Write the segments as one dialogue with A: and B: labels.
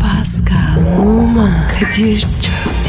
A: Pascal, Oman, Kadir çok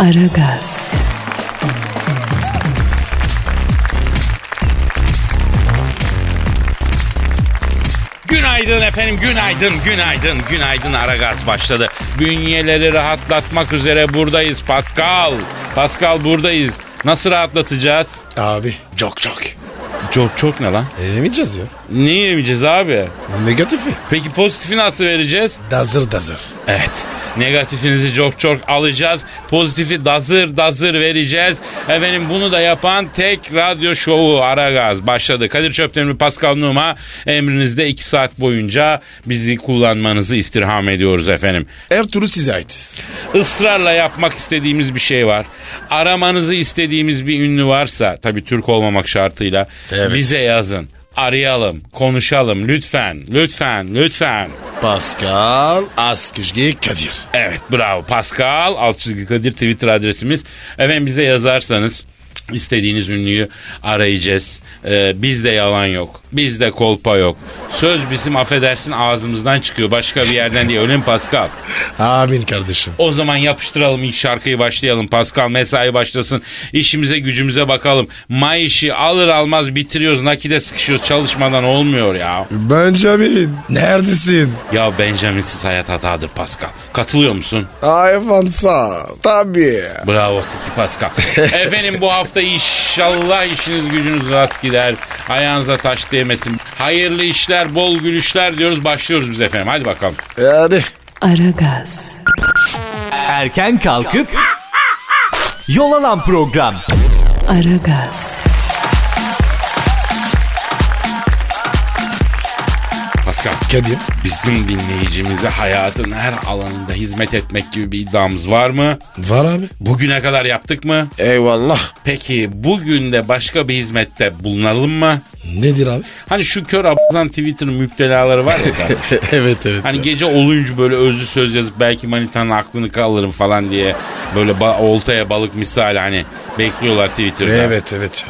A: Aragaz,
B: Günaydın efendim, günaydın, günaydın, günaydın. Aragaz başladı. Bünyeleri rahatlatmak üzere buradayız Pascal. Pascal buradayız. Nasıl rahatlatacağız?
C: Abi çok çok.
B: Çok çok ne lan?
C: Yemeyeceğiz ya.
B: Ne yemeyeceğiz abi?
C: Negatifi.
B: Peki pozitifi nasıl vereceğiz?
C: Dazır dazır.
B: Evet. Negatifinizi çok çok alacağız. Pozitifi dazır dazır vereceğiz. Efendim bunu da yapan tek radyo şovu Aragaz başladı. Kadir Çöptemir, Pascal Numa emrinizde 2 saat boyunca bizi kullanmanızı istirham ediyoruz efendim.
C: Her türlü size aitiz.
B: Israrla yapmak istediğimiz bir şey var. Aramanızı istediğimiz bir ünlü varsa tabii Türk olmamak şartıyla
C: Evet.
B: bize yazın. Arayalım, konuşalım lütfen, lütfen, lütfen.
C: Pascal Askışgi Kadir.
B: Evet bravo Pascal alt çizgi Kadir Twitter adresimiz. Efendim bize yazarsanız istediğiniz ünlüyü arayacağız. Ee, bizde yalan yok. Bizde kolpa yok. Söz bizim affedersin ağzımızdan çıkıyor. Başka bir yerden değil. Öyle mi Pascal?
C: Amin kardeşim.
B: O zaman yapıştıralım ilk şarkıyı başlayalım. Pascal mesai başlasın. İşimize gücümüze bakalım. May işi alır almaz bitiriyoruz. Nakide sıkışıyoruz. Çalışmadan olmuyor ya.
C: Benjamin. Neredesin?
B: Ya Benjamin'siz hayat hatadır Pascal. Katılıyor musun?
C: Hayvan sağ. Tabii.
B: Bravo Tiki Pascal. Efendim bu hafta inşallah işiniz gücünüz rast gider. Ayağınıza taş değmesin. Hayırlı işler, bol gülüşler diyoruz. Başlıyoruz biz efendim. Hadi bakalım.
C: Yani.
A: Aragaz,
D: Erken kalkıp yol alan program.
A: Aragaz,
B: Pascal.
C: Kadir.
B: Bizim dinleyicimize hayatın her alanında hizmet etmek gibi bir iddiamız var mı?
C: Var abi.
B: Bugüne kadar yaptık mı?
C: Eyvallah.
B: Peki bugün de başka bir hizmette bulunalım mı?
C: Nedir abi?
B: Hani şu kör a**zan Twitter müptelaları var ya. kardeşim.
C: evet evet.
B: Hani gece olunca böyle özlü söz yazıp belki manitanın aklını kalırım falan diye böyle ba- oltaya balık misali hani bekliyorlar Twitter'da.
C: Evet evet.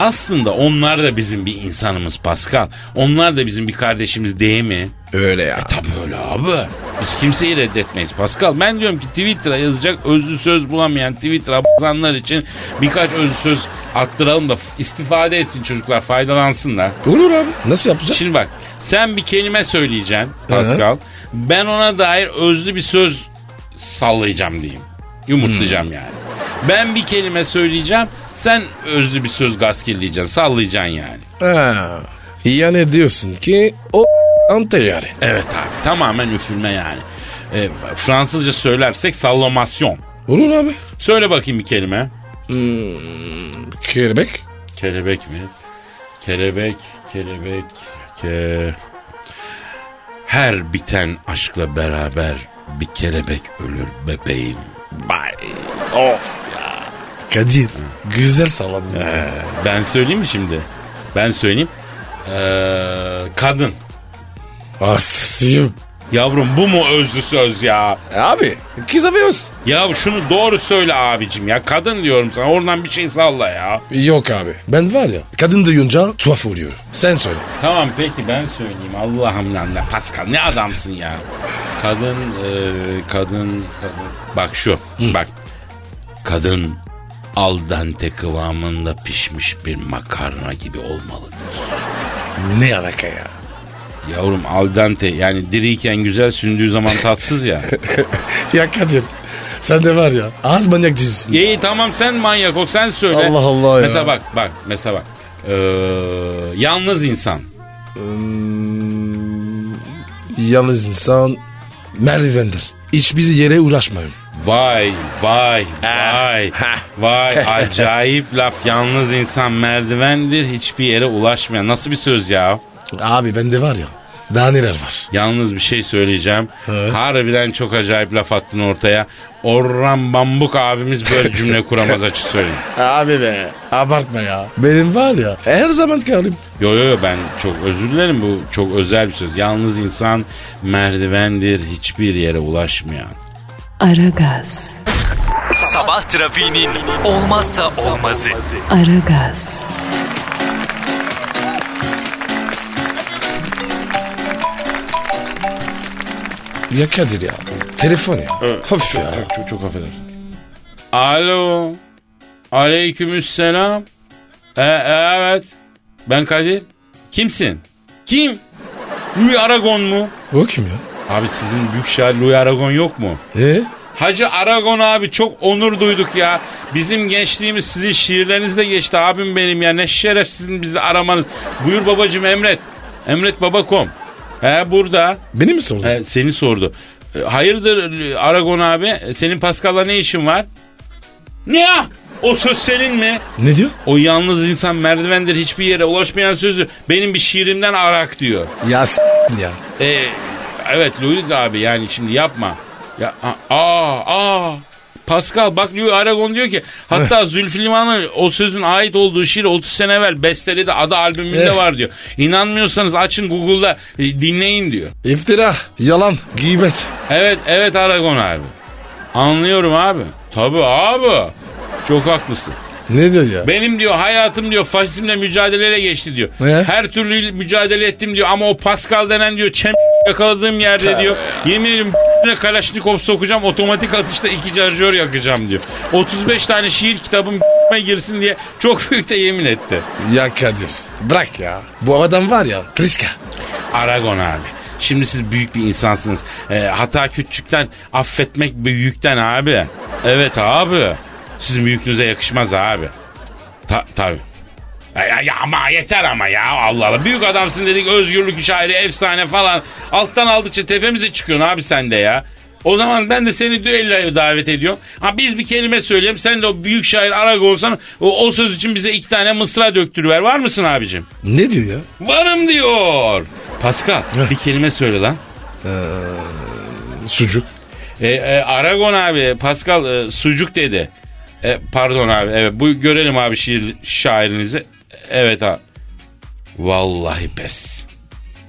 B: Aslında onlar da bizim bir insanımız Pascal. Onlar da bizim bir kardeşimiz değil mi?
C: E, Öyle ya.
B: Tabii öyle abi. Biz kimseyi reddetmeyiz Pascal. Ben diyorum ki Twitter'a yazacak özlü söz bulamayan Twitter'a b**zanlar için birkaç özlü söz attıralım da istifade etsin çocuklar faydalansınlar.
C: Olur abi. Nasıl yapacağız?
B: Şimdi bak sen bir kelime söyleyeceksin Pascal. Ben ona dair özlü bir söz sallayacağım diyeyim. Yumurtlayacağım yani. Ben bir kelime söyleyeceğim. Sen özlü bir söz gaskilleyeceksin. Sallayacaksın yani.
C: Ha. Yani diyorsun ki o ante yani.
B: Evet abi. Tamamen üfürme yani. E, Fransızca söylersek sallamasyon.
C: Olur abi.
B: Söyle bakayım bir kelime.
C: Kelebek.
B: Kelebek mi? Kelebek, kelebek, ke... Her biten aşkla beraber bir kelebek ölür bebeğim. Vay. Of.
C: Kadir. Güzel salladın.
B: Ee, ben söyleyeyim mi şimdi? Ben söyleyeyim. Ee, kadın.
C: Hastasıyım. E
B: Yavrum bu mu özlü söz ya?
C: Abi kız yapıyoruz.
B: Ya şunu doğru söyle abicim ya. Kadın diyorum sana oradan bir şey salla ya.
C: Yok abi. Ben var ya kadın duyunca tuhaf oluyor. Sen söyle.
B: Tamam peki ben söyleyeyim. Allah'ım lan da Pascal ne adamsın ya. Kadın, e, kadın, kadın. Bak şu, bak. Kadın al dente kıvamında pişmiş bir makarna gibi olmalıdır.
C: Ne alaka ya?
B: Yavrum al dente yani diriyken güzel sündüğü zaman tatsız ya.
C: Ya Kadir sen de var ya az manyak değilsin.
B: İyi tamam sen manyak ol sen söyle.
C: Allah Allah ya.
B: Mesela bak bak mesela bak. Ee, yalnız insan.
C: Yalnız insan merdivendir. Hiçbir yere uğraşmayın.
B: Vay vay vay
C: ha.
B: vay acayip laf yalnız insan merdivendir hiçbir yere ulaşmayan nasıl bir söz ya
C: Abi bende var ya Daha neler var?
B: Yalnız bir şey söyleyeceğim.
C: He.
B: Harbiden çok acayip laf attın ortaya. Orhan Bambuk abimiz böyle cümle kuramaz açık söyleyeyim.
C: Abi be abartma ya. Benim var ya her zaman karım.
B: Yo yo yo ben çok özür dilerim bu çok özel bir söz. Yalnız insan merdivendir hiçbir yere ulaşmayan.
A: Aragaz,
D: Sabah trafiğinin olmazsa olmazı.
A: Aragaz,
C: Ya Kadir ya. Telefon ya. Hafif ya. Çok, çok affeder.
B: Alo. Aleykümselam. E, e, evet. Ben Kadir. Kimsin? Kim? Louis Aragon mu?
C: O kim ya?
B: Abi sizin büyük şair Louis Aragon yok mu?
C: E?
B: Hacı Aragon abi çok onur duyduk ya. Bizim gençliğimiz sizin şiirlerinizle geçti abim benim ya. Ne şeref sizin bizi aramanız. Buyur babacım emret. Emret babakom. He burada.
C: Beni mi sordun?
B: He, seni sordu. E, Hayırdır e, Aragon abi? E, Senin Pascal'la ne işin var? Ne ya? O söz senin mi?
C: Ne diyor?
B: O yalnız insan merdivendir hiçbir yere ulaşmayan sözü benim bir şiirimden arak diyor.
C: Ya s- ya.
B: E, evet Louis abi yani şimdi yapma. Ya, a- aa, aa. Pascal bak diyor Aragon diyor ki hatta Zülfü Livan'ın o sözün ait olduğu şiir 30 sene evvel besteledi adı albümünde
C: Eh.
B: var diyor. İnanmıyorsanız açın Google'da e, dinleyin diyor.
C: İftira, yalan, gıybet.
B: Evet evet Aragon abi. Anlıyorum abi. Tabii abi. Çok haklısın.
C: Ne diyor ya?
B: Benim diyor hayatım diyor faşizmle mücadeleyle geçti diyor.
C: Ne?
B: Her türlü mücadele ettim diyor ama o Pascal denen diyor çem yakaladığım yerde diyor. Yemin ederim ne Kalaşnikov sokacağım otomatik atışta iki carjör yakacağım diyor. 35 tane şiir kitabım girsin diye çok büyük de yemin etti.
C: Ya Kadir bırak ya. Bu adam var ya Trişka.
B: Aragon abi. Şimdi siz büyük bir insansınız. Ee, hata küçükten affetmek büyükten abi. Evet abi. Sizin büyüklüğünüze yakışmaz abi. Ta tabii. Ya, ya- ya ama yeter ama ya Allah Allah. Büyük adamsın dedik özgürlük şairi efsane falan. Alttan aldıkça tepemize çıkıyorsun abi sen de ya. O zaman ben de seni düelloya davet ediyorum. Ha biz bir kelime söyleyelim. Sen de o büyük şair Aragon'san o, o söz için bize iki tane mısra döktürüver. Var mısın abicim?
C: Ne diyor ya?
B: Varım diyor. Pascal
C: Heh.
B: bir kelime söyle lan.
C: Sucuk.
B: E, e, Aragon abi Pascal e, sucuk dedi. E, pardon abi evet bu görelim abi şiir şairinizi. Evet abi. Vallahi pes.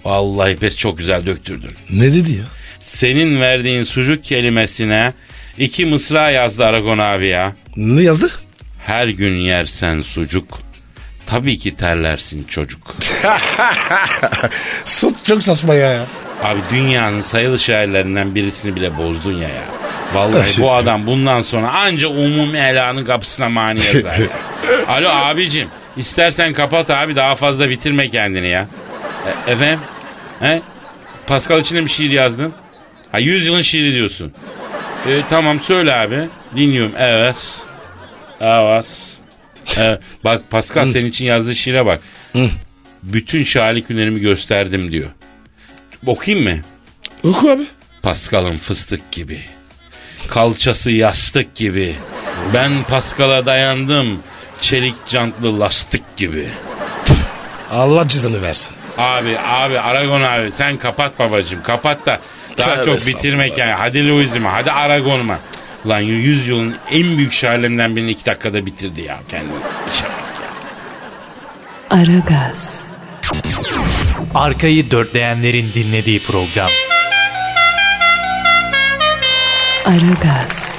B: Vallahi pes çok güzel döktürdün.
C: Ne dedi ya?
B: Senin verdiğin sucuk kelimesine iki mısra yazdı Aragon abi ya.
C: Ne yazdı?
B: Her gün yersen sucuk. Tabii ki terlersin çocuk.
C: Sut çok saçma ya.
B: Abi dünyanın sayılı şairlerinden birisini bile bozdun ya ya. Vallahi bu adam bundan sonra anca umumi elanın kapısına mani yazar. ya. Alo abicim istersen kapat abi daha fazla bitirme kendini ya. E, efendim? He? Pascal için de mi şiir yazdın? Ha 100 yılın şiiri diyorsun. E, tamam söyle abi. Dinliyorum. Evet. Evet. E, bak Pascal senin için yazdığı şiire bak. Bütün şairlik hünerimi gösterdim diyor. Okuyayım mı?
C: Oku abi.
B: Pascal'ın fıstık gibi. Kalçası yastık gibi. Ben Pascal'a dayandım. Çelik cantlı lastik gibi.
C: Allah cezanı versin.
B: Abi abi Aragon abi sen kapat babacığım kapat da daha
C: Tövbe
B: çok bitirmek yani. Hadi Louis'ime hadi Aragon'uma. Lan yüz yılın en büyük şairlerinden birini iki dakikada bitirdi ya kendini. İşe bak ya.
A: Aragaz,
D: Arkayı dörtleyenlerin dinlediği program.
A: Aragaz,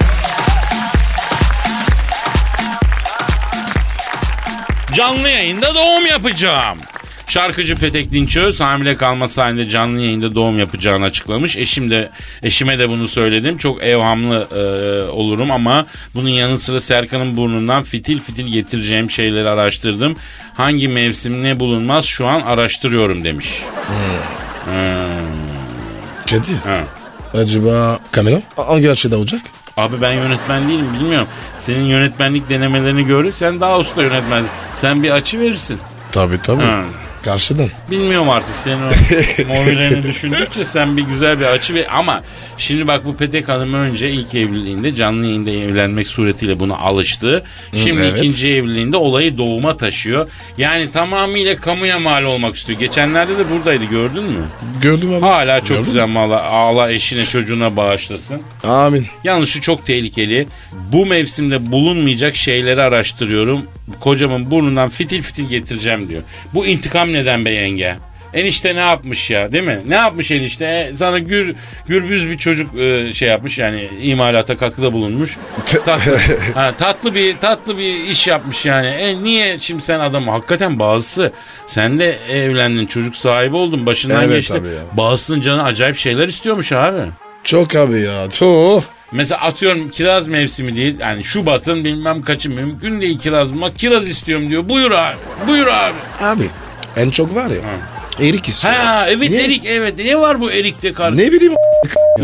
B: Canlı yayında doğum yapacağım. Şarkıcı Petek Dinçöz hamile kalması halinde canlı yayında doğum yapacağını açıklamış. Eşim de eşime de bunu söyledim. Çok evhamlı e, olurum ama bunun yanı sıra Serkan'ın burnundan fitil fitil getireceğim şeyleri araştırdım. Hangi mevsim ne bulunmaz şu an araştırıyorum demiş.
C: Kadir.
B: Ha.
C: Acaba kamera hangi açıda olacak?
B: Abi ben yönetmen değilim bilmiyorum. Senin yönetmenlik denemelerini gördük. Sen daha usta yönetmen. Sen bir açı verirsin.
C: Tabii tabii.
B: Ha.
C: Karşıdan.
B: Bilmiyorum artık senin o mobilyeni düşündükçe sen bir güzel bir açı ve ama şimdi bak bu Petek Hanım önce ilk evliliğinde canlı yayında evlenmek suretiyle buna alıştı. Şimdi
C: evet.
B: ikinci evliliğinde olayı doğuma taşıyor. Yani tamamıyla kamuya mal olmak istiyor. Geçenlerde de buradaydı gördün mü?
C: Gördüm abi.
B: Hala çok
C: Gördün
B: güzel mala ağla eşine çocuğuna bağışlasın.
C: mü? Amin.
B: Yalnız şu çok tehlikeli. Bu mevsimde bulunmayacak şeyleri araştırıyorum. Kocamın burnundan fitil fitil getireceğim diyor. Bu intikam neden be yenge? Enişte ne yapmış ya değil mi? Ne yapmış enişte? E, Sana gür, gürbüz bir çocuk e, şey yapmış yani imalata katkıda bulunmuş. Tatlı, ha, tatlı bir tatlı bir iş yapmış yani. E, niye şimdi sen adamı hakikaten bazısı sen de evlendin çocuk sahibi oldun başından
C: Evet
B: geçti.
C: abi ya.
B: Bazısının canı acayip şeyler istiyormuş abi.
C: Çok abi ya. Çok.
B: Mesela atıyorum kiraz mevsimi değil. Yani Şubat'ın bilmem kaçı mümkün değil kiraz bulmak. Kiraz istiyorum diyor. Buyur abi. Buyur abi.
C: Abi en çok var ya. Erik istiyor.
B: Ha evet
C: Niye?
B: erik evet. Ne var bu erikte kardeşim?
C: Ne bileyim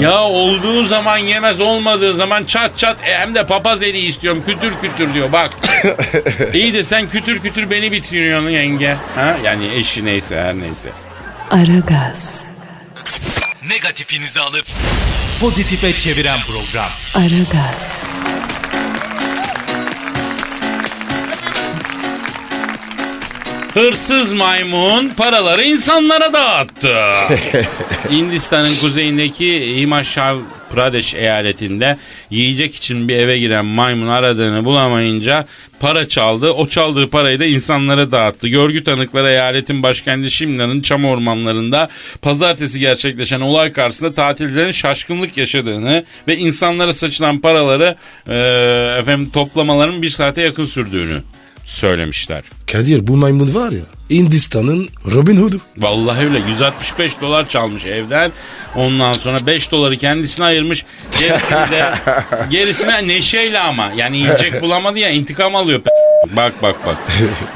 B: Ya olduğu zaman yemez olmadığı zaman çat çat e, hem de papaz eriği istiyorum kütür kütür diyor bak. İyi de sen kütür kütür beni bitiriyorsun yenge. Ha? Yani eşi neyse her neyse.
A: Aragaz,
D: Negatifinizi alıp pozitife çeviren program.
A: Aragaz,
B: Hırsız maymun paraları insanlara dağıttı. Hindistan'ın kuzeyindeki Himachal Pradesh eyaletinde yiyecek için bir eve giren maymun aradığını bulamayınca para çaldı. O çaldığı parayı da insanlara dağıttı. Görgü tanıkları eyaletin başkenti Şimla'nın çam ormanlarında pazartesi gerçekleşen olay karşısında tatilcilerin şaşkınlık yaşadığını ve insanlara saçılan paraları eee, efendim toplamaların bir saate yakın sürdüğünü söylemişler.
C: Kadir bu maymun var ya. Hindistan'ın Robin Hood'u.
B: Vallahi öyle 165 dolar çalmış evden. Ondan sonra 5 doları kendisine ayırmış. Gerisini de gerisine neşeyle ama. Yani yiyecek bulamadı ya intikam alıyor. p- Bak bak bak.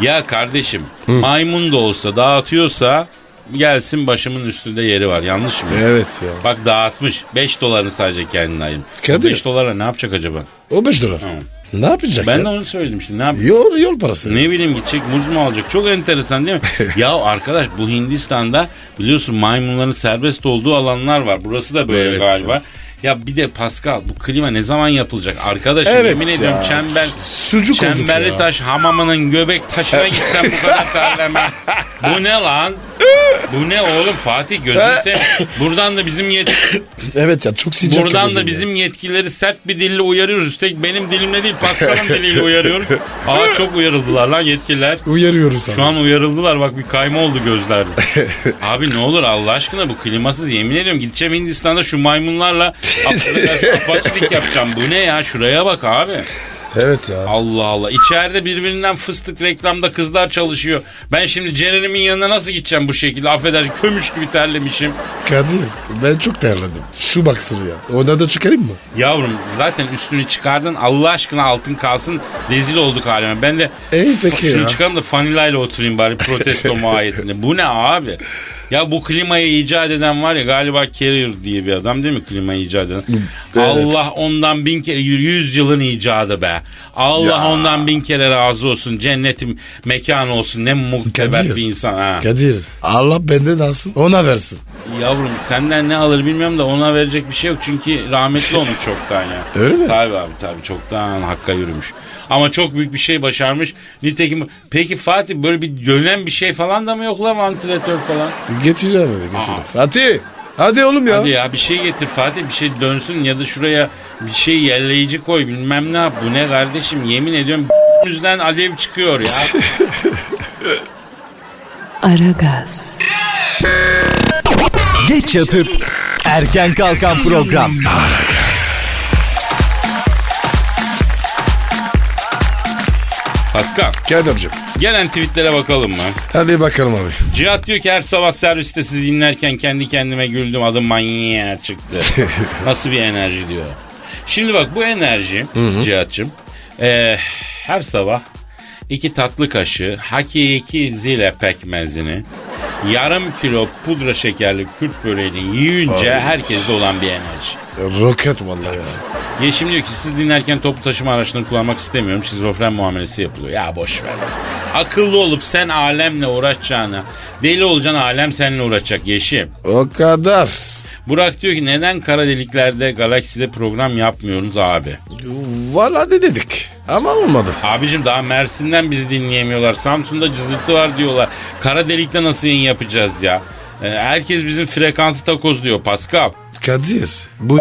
B: Ya kardeşim maymun da olsa dağıtıyorsa gelsin başımın üstünde yeri var. Yanlış mı?
C: Evet ya.
B: Bak dağıtmış. 5 dolarını sadece kendine ayırmış.
C: Kadir.
B: 5 dolara ne yapacak acaba?
C: O 5 dolar. Ne yapacak
B: Ben
C: ya?
B: de onu söyledim şimdi. Ne yapacak?
C: Yol, yol parası.
B: Ne bileyim gidecek muz mu alacak? Çok enteresan değil mi? ya arkadaş bu Hindistan'da biliyorsun maymunların serbest olduğu alanlar var. Burası da böyle
C: Evet
B: galiba.
C: ya.
B: Ya. bir de Pascal bu klima ne zaman yapılacak? Arkadaşım
C: Evet
B: yemin ediyorum
C: ya.
B: çember,
C: Sucuk olduk
B: çemberli
C: ya.
B: taş hamamının göbek taşına gitsem bu kadar terlemem. bu ne lan? Bu ne oğlum Fatih gözünü seveyim. Buradan da bizim yet-
C: Evet ya çok şey. sıcak.
B: buradan da
C: yapacak ya.
B: bizim yetkileri sert bir dille uyarıyoruz. Üstelik benim dilimle değil Pascal'ın diliyle uyarıyorum. Aa çok uyarıldılar lan yetkililer.
C: Uyarıyoruz abi.
B: Şu an uyarıldılar bak bir kayma oldu gözlerde. Abi ne olur Allah aşkına bu klimasız yemin ediyorum gideceğim Hindistan'da şu maymunlarla affedersin, apaçlık yapacağım. Bu ne ya şuraya bak abi.
C: Evet ya.
B: Allah Allah içeride birbirinden fıstık reklamda kızlar çalışıyor. Ben şimdi Ceren'imin yanına nasıl gideceğim bu şekilde affedersin kömüş gibi terlemişim.
C: Kadir ben çok terledim. Şu baksır ya. Ona da çıkarayım mı?
B: Yavrum zaten üstünü çıkardın Allah aşkına altın kalsın rezil olduk halime. Ben de
C: Ey peki
B: şunu
C: ya.
B: çıkarım da fanilayla oturayım bari protesto muayetinde. Bu ne abi? Ya bu klimayı icat eden var ya galiba Carrier diye bir adam değil mi klimayı icat eden? Allah ondan bin kere y- yüz yılın icadı be. Allah
C: Ya.
B: ondan bin kere razı olsun. Cennetim mekan olsun. Ne muhteber
C: Kadir.
B: bir insan ha.
C: Kadir Allah benden alsın ona versin.
B: Yavrum senden ne alır bilmiyorum da ona verecek bir şey yok. Çünkü rahmetli olmuş çoktan ya.
C: Öyle mi?
B: Tabii abi tabii çoktan hakka yürümüş. Ama çok büyük bir şey başarmış. Nitekim peki Fatih böyle bir dönen bir şey falan da mı yok lan vantilatör falan?
C: Getiriyor abi getiriyor.
B: Aa.
C: Fatih hadi oğlum ya.
B: Hadi ya bir şey getir Fatih bir şey dönsün ya da şuraya bir şey yerleyici koy bilmem ne yap. Bu ne kardeşim yemin ediyorum yüzden alev çıkıyor ya.
A: Aragaz,
D: Geç yatıp erken kalkan program.
B: Pascal
C: Kadir'cim
B: gelen tweetlere bakalım mı?
C: hadi bakalım abi.
B: Cihat diyor ki her sabah serviste sizi dinlerken kendi kendime güldüm adım manyağa çıktı. Nasıl bir enerji diyor. Şimdi bak bu enerji Cihat'cığım eh, her sabah iki tatlı kaşığı hakiki zile pekmezini yarım kilo pudra şekerli kürt böreğini yiyince
C: Ay.
B: herkeste olan bir enerji.
C: Roket vallahi ya.
B: Yeşim diyor ki siz dinlerken toplu taşıma araçlarını kullanmak istemiyorum. Şizofren muamelesi yapılıyor. Ya boş ver. Akıllı olup sen alemle uğraşacağına, deli olacaksın alem seninle uğraşacak Yeşim.
C: O kadar.
B: Burak diyor ki neden kara deliklerde, galakside program yapmıyorsunuz abi?
C: Valla ne dedik. Ama olmadı.
B: Abicim daha Mersin'den bizi dinleyemiyorlar. Samsun'da cızırtı var diyorlar. Kara delikte nasıl yayın yapacağız ya? Ee, herkes bizim frekansı takoz diyor Pascal.
C: Kadir bu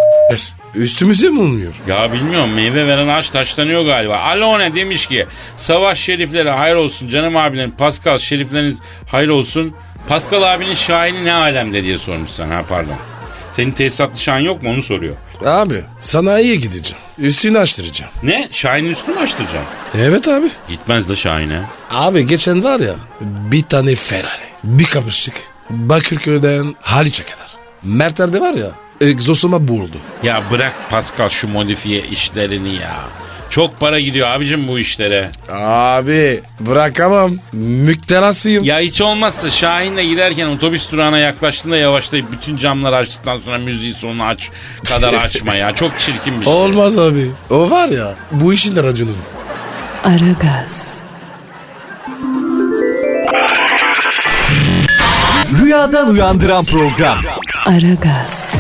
C: üstümüze mi olmuyor?
B: Ya bilmiyorum meyve veren ağaç taşlanıyor galiba. Alone demiş ki Savaş Şeriflere hayır olsun canım abilerim. Pascal Şerifleriniz hayır olsun. Pascal abinin şahini ne alemde diye sormuş sana ha pardon. Senin tesisatlı şahin yok mu onu soruyor.
C: Abi sanayiye gideceğim. Üstünü açtıracağım.
B: Ne? Şahin'in üstünü mü açtıracağım?
C: Evet abi.
B: Gitmez de Şahin'e.
C: Abi geçen var ya bir tane Ferrari. Bir kapıştık. Bakırköy'den Haliç'e kadar. Mertler'de var ya E, egzosuma boğuldu.
B: Ya bırak Pascal şu modifiye işlerini ya. Çok para gidiyor abicim bu işlere.
C: Abi bırakamam. Müktelasıyım.
B: Ya hiç olmazsa Şahin'le giderken otobüs durağına yaklaştığında yavaşlayıp bütün camları açtıktan sonra müziği sonuna aç kadar açma ya. Çok çirkin bir şey.
C: Olmaz abi. O var ya bu işin de raconu.
A: Aragaz,
D: Rüyadan uyandıran program.
A: Aragaz,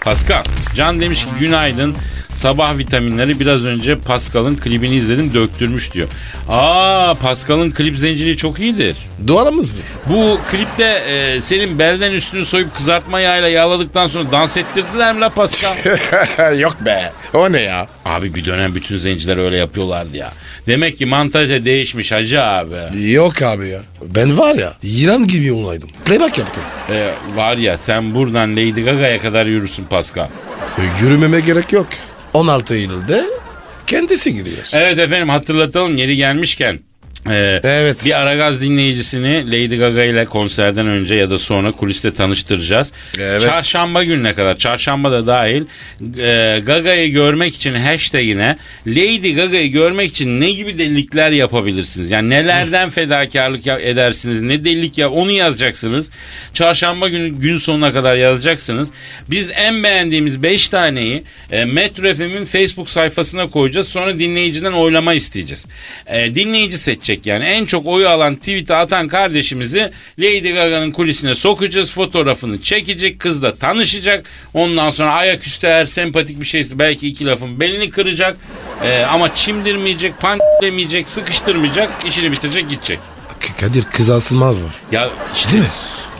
B: Pascal. Can demiş ki günaydın. Sabah vitaminleri biraz önce Pascal'ın klibini izledim döktürmüş diyor. Aa Pascal'ın klip zinciri çok iyidir.
C: Duvarımız mı?
B: Bu klipte e, senin belden üstünü soyup kızartma yağıyla yağladıktan sonra dans ettirdiler mi la Pascal?
C: Yok be. O ne ya?
B: Abi bir dönem bütün zenciler öyle yapıyorlardı ya. Demek ki mantalite değişmiş hacı abi.
C: Yok abi ya. Ben var ya yılan gibi olaydım. Playback yaptım.
B: Ee, var ya sen buradan Lady Gaga'ya kadar yürürsün Pascal.
C: E, yürümeme gerek yok. 16 Eylül'de kendisi giriyor.
B: Evet efendim hatırlatalım yeri gelmişken. e,
C: Evet.
B: Bir Aragaz dinleyicisini Lady Gaga ile konserden önce ya da sonra kuliste tanıştıracağız.
C: Evet.
B: Çarşamba gününe kadar, çarşamba da dahil e, Gaga'yı görmek için hashtagine Lady Gaga'yı görmek için ne gibi delilikler yapabilirsiniz? Yani nelerden fedakarlık ya- edersiniz, ne delilik ya onu yazacaksınız. Çarşamba günü gün sonuna kadar yazacaksınız. Biz en beğendiğimiz 5 taneyi e, Metro FM'in Facebook sayfasına koyacağız. Sonra dinleyiciden oylama isteyeceğiz. E, dinleyici seçecek yani. En çok oyu alan tweet'e atan kardeşimizi Lady Gaga'nın kulisine sokacağız. Fotoğrafını çekecek. Kızla tanışacak. Ondan sonra ayaküstü eğer sempatik bir şeyse belki iki lafın belini kıracak. E, ama çimdirmeyecek, pandemeyecek, sıkıştırmayacak. işini bitirecek, gidecek.
C: E, K- Kadir kız asılmaz var.
B: Ya işte
C: Değil mi?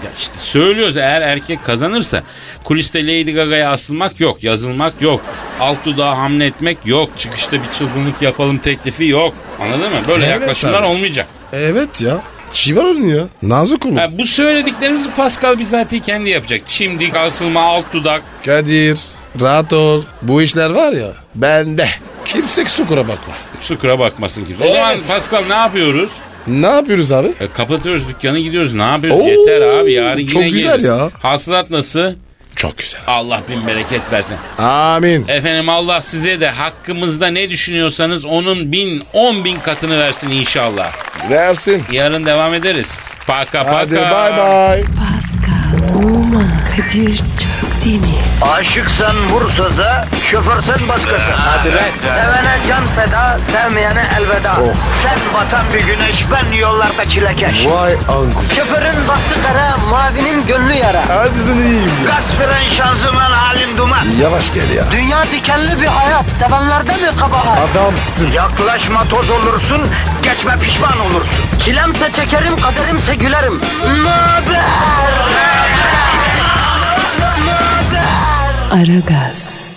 B: ya işte söylüyoruz eğer erkek kazanırsa kuliste Lady Gaga'ya asılmak yok, yazılmak yok. Alt dudağa hamle etmek yok. Çıkışta bir çılgınlık yapalım teklifi yok. Anladın mı? Böyle
C: Evet
B: yaklaşımlar
C: abi.
B: olmayacak.
C: Evet ya. Çivar oynuyor. Nazik olur.
B: Ha, bu söylediklerimizi Pascal bizatihi kendi yapacak. Çimdik, asılma, alt dudak.
C: Kadir rahat ol. Bu işler var ya bende. Kimse sukura bakma.
B: Sukura bakmasın kimse. O
C: Evet.
B: zaman Pascal ne yapıyoruz?
C: Ne yapıyoruz abi?
B: E, kapatıyoruz dükkanı gidiyoruz. Ne yapıyoruz?
C: Oo,
B: Yeter abi yarın yine
C: çok güzel
B: geliriz.
C: ya.
B: Hasılat nasıl?
C: Çok güzel.
B: Allah bin bereket versin.
C: Amin.
B: Efendim Allah size de hakkımızda ne düşünüyorsanız onun bin, on bin katını versin inşallah.
C: Versin.
B: Yarın devam ederiz. Paka paka.
C: Hadi bay bay.
A: Pascal, Oman, Kadir çok değil mi?
E: Aşıksan vursa da, şoförsen başkasın. Hadi Sevene can feda, sevmeyene elveda. Sen batan bir güneş, ben yollarda çilekeş.
C: Vay anku.
E: Şoförün baktı kara, mavinin gönlü yara.
C: Hadi sen iyiyim ya.
E: Kasperen şanzıman halin duman.
C: Yavaş gel ya.
E: Dünya dikenli bir hayat, sevenlerde mi kabahar?
C: Adamsın.
E: Yaklaşma toz olursun, geçme pişman olursun. Çilemse çekerim, kaderimse gülerim. Möber!
A: Aragaz.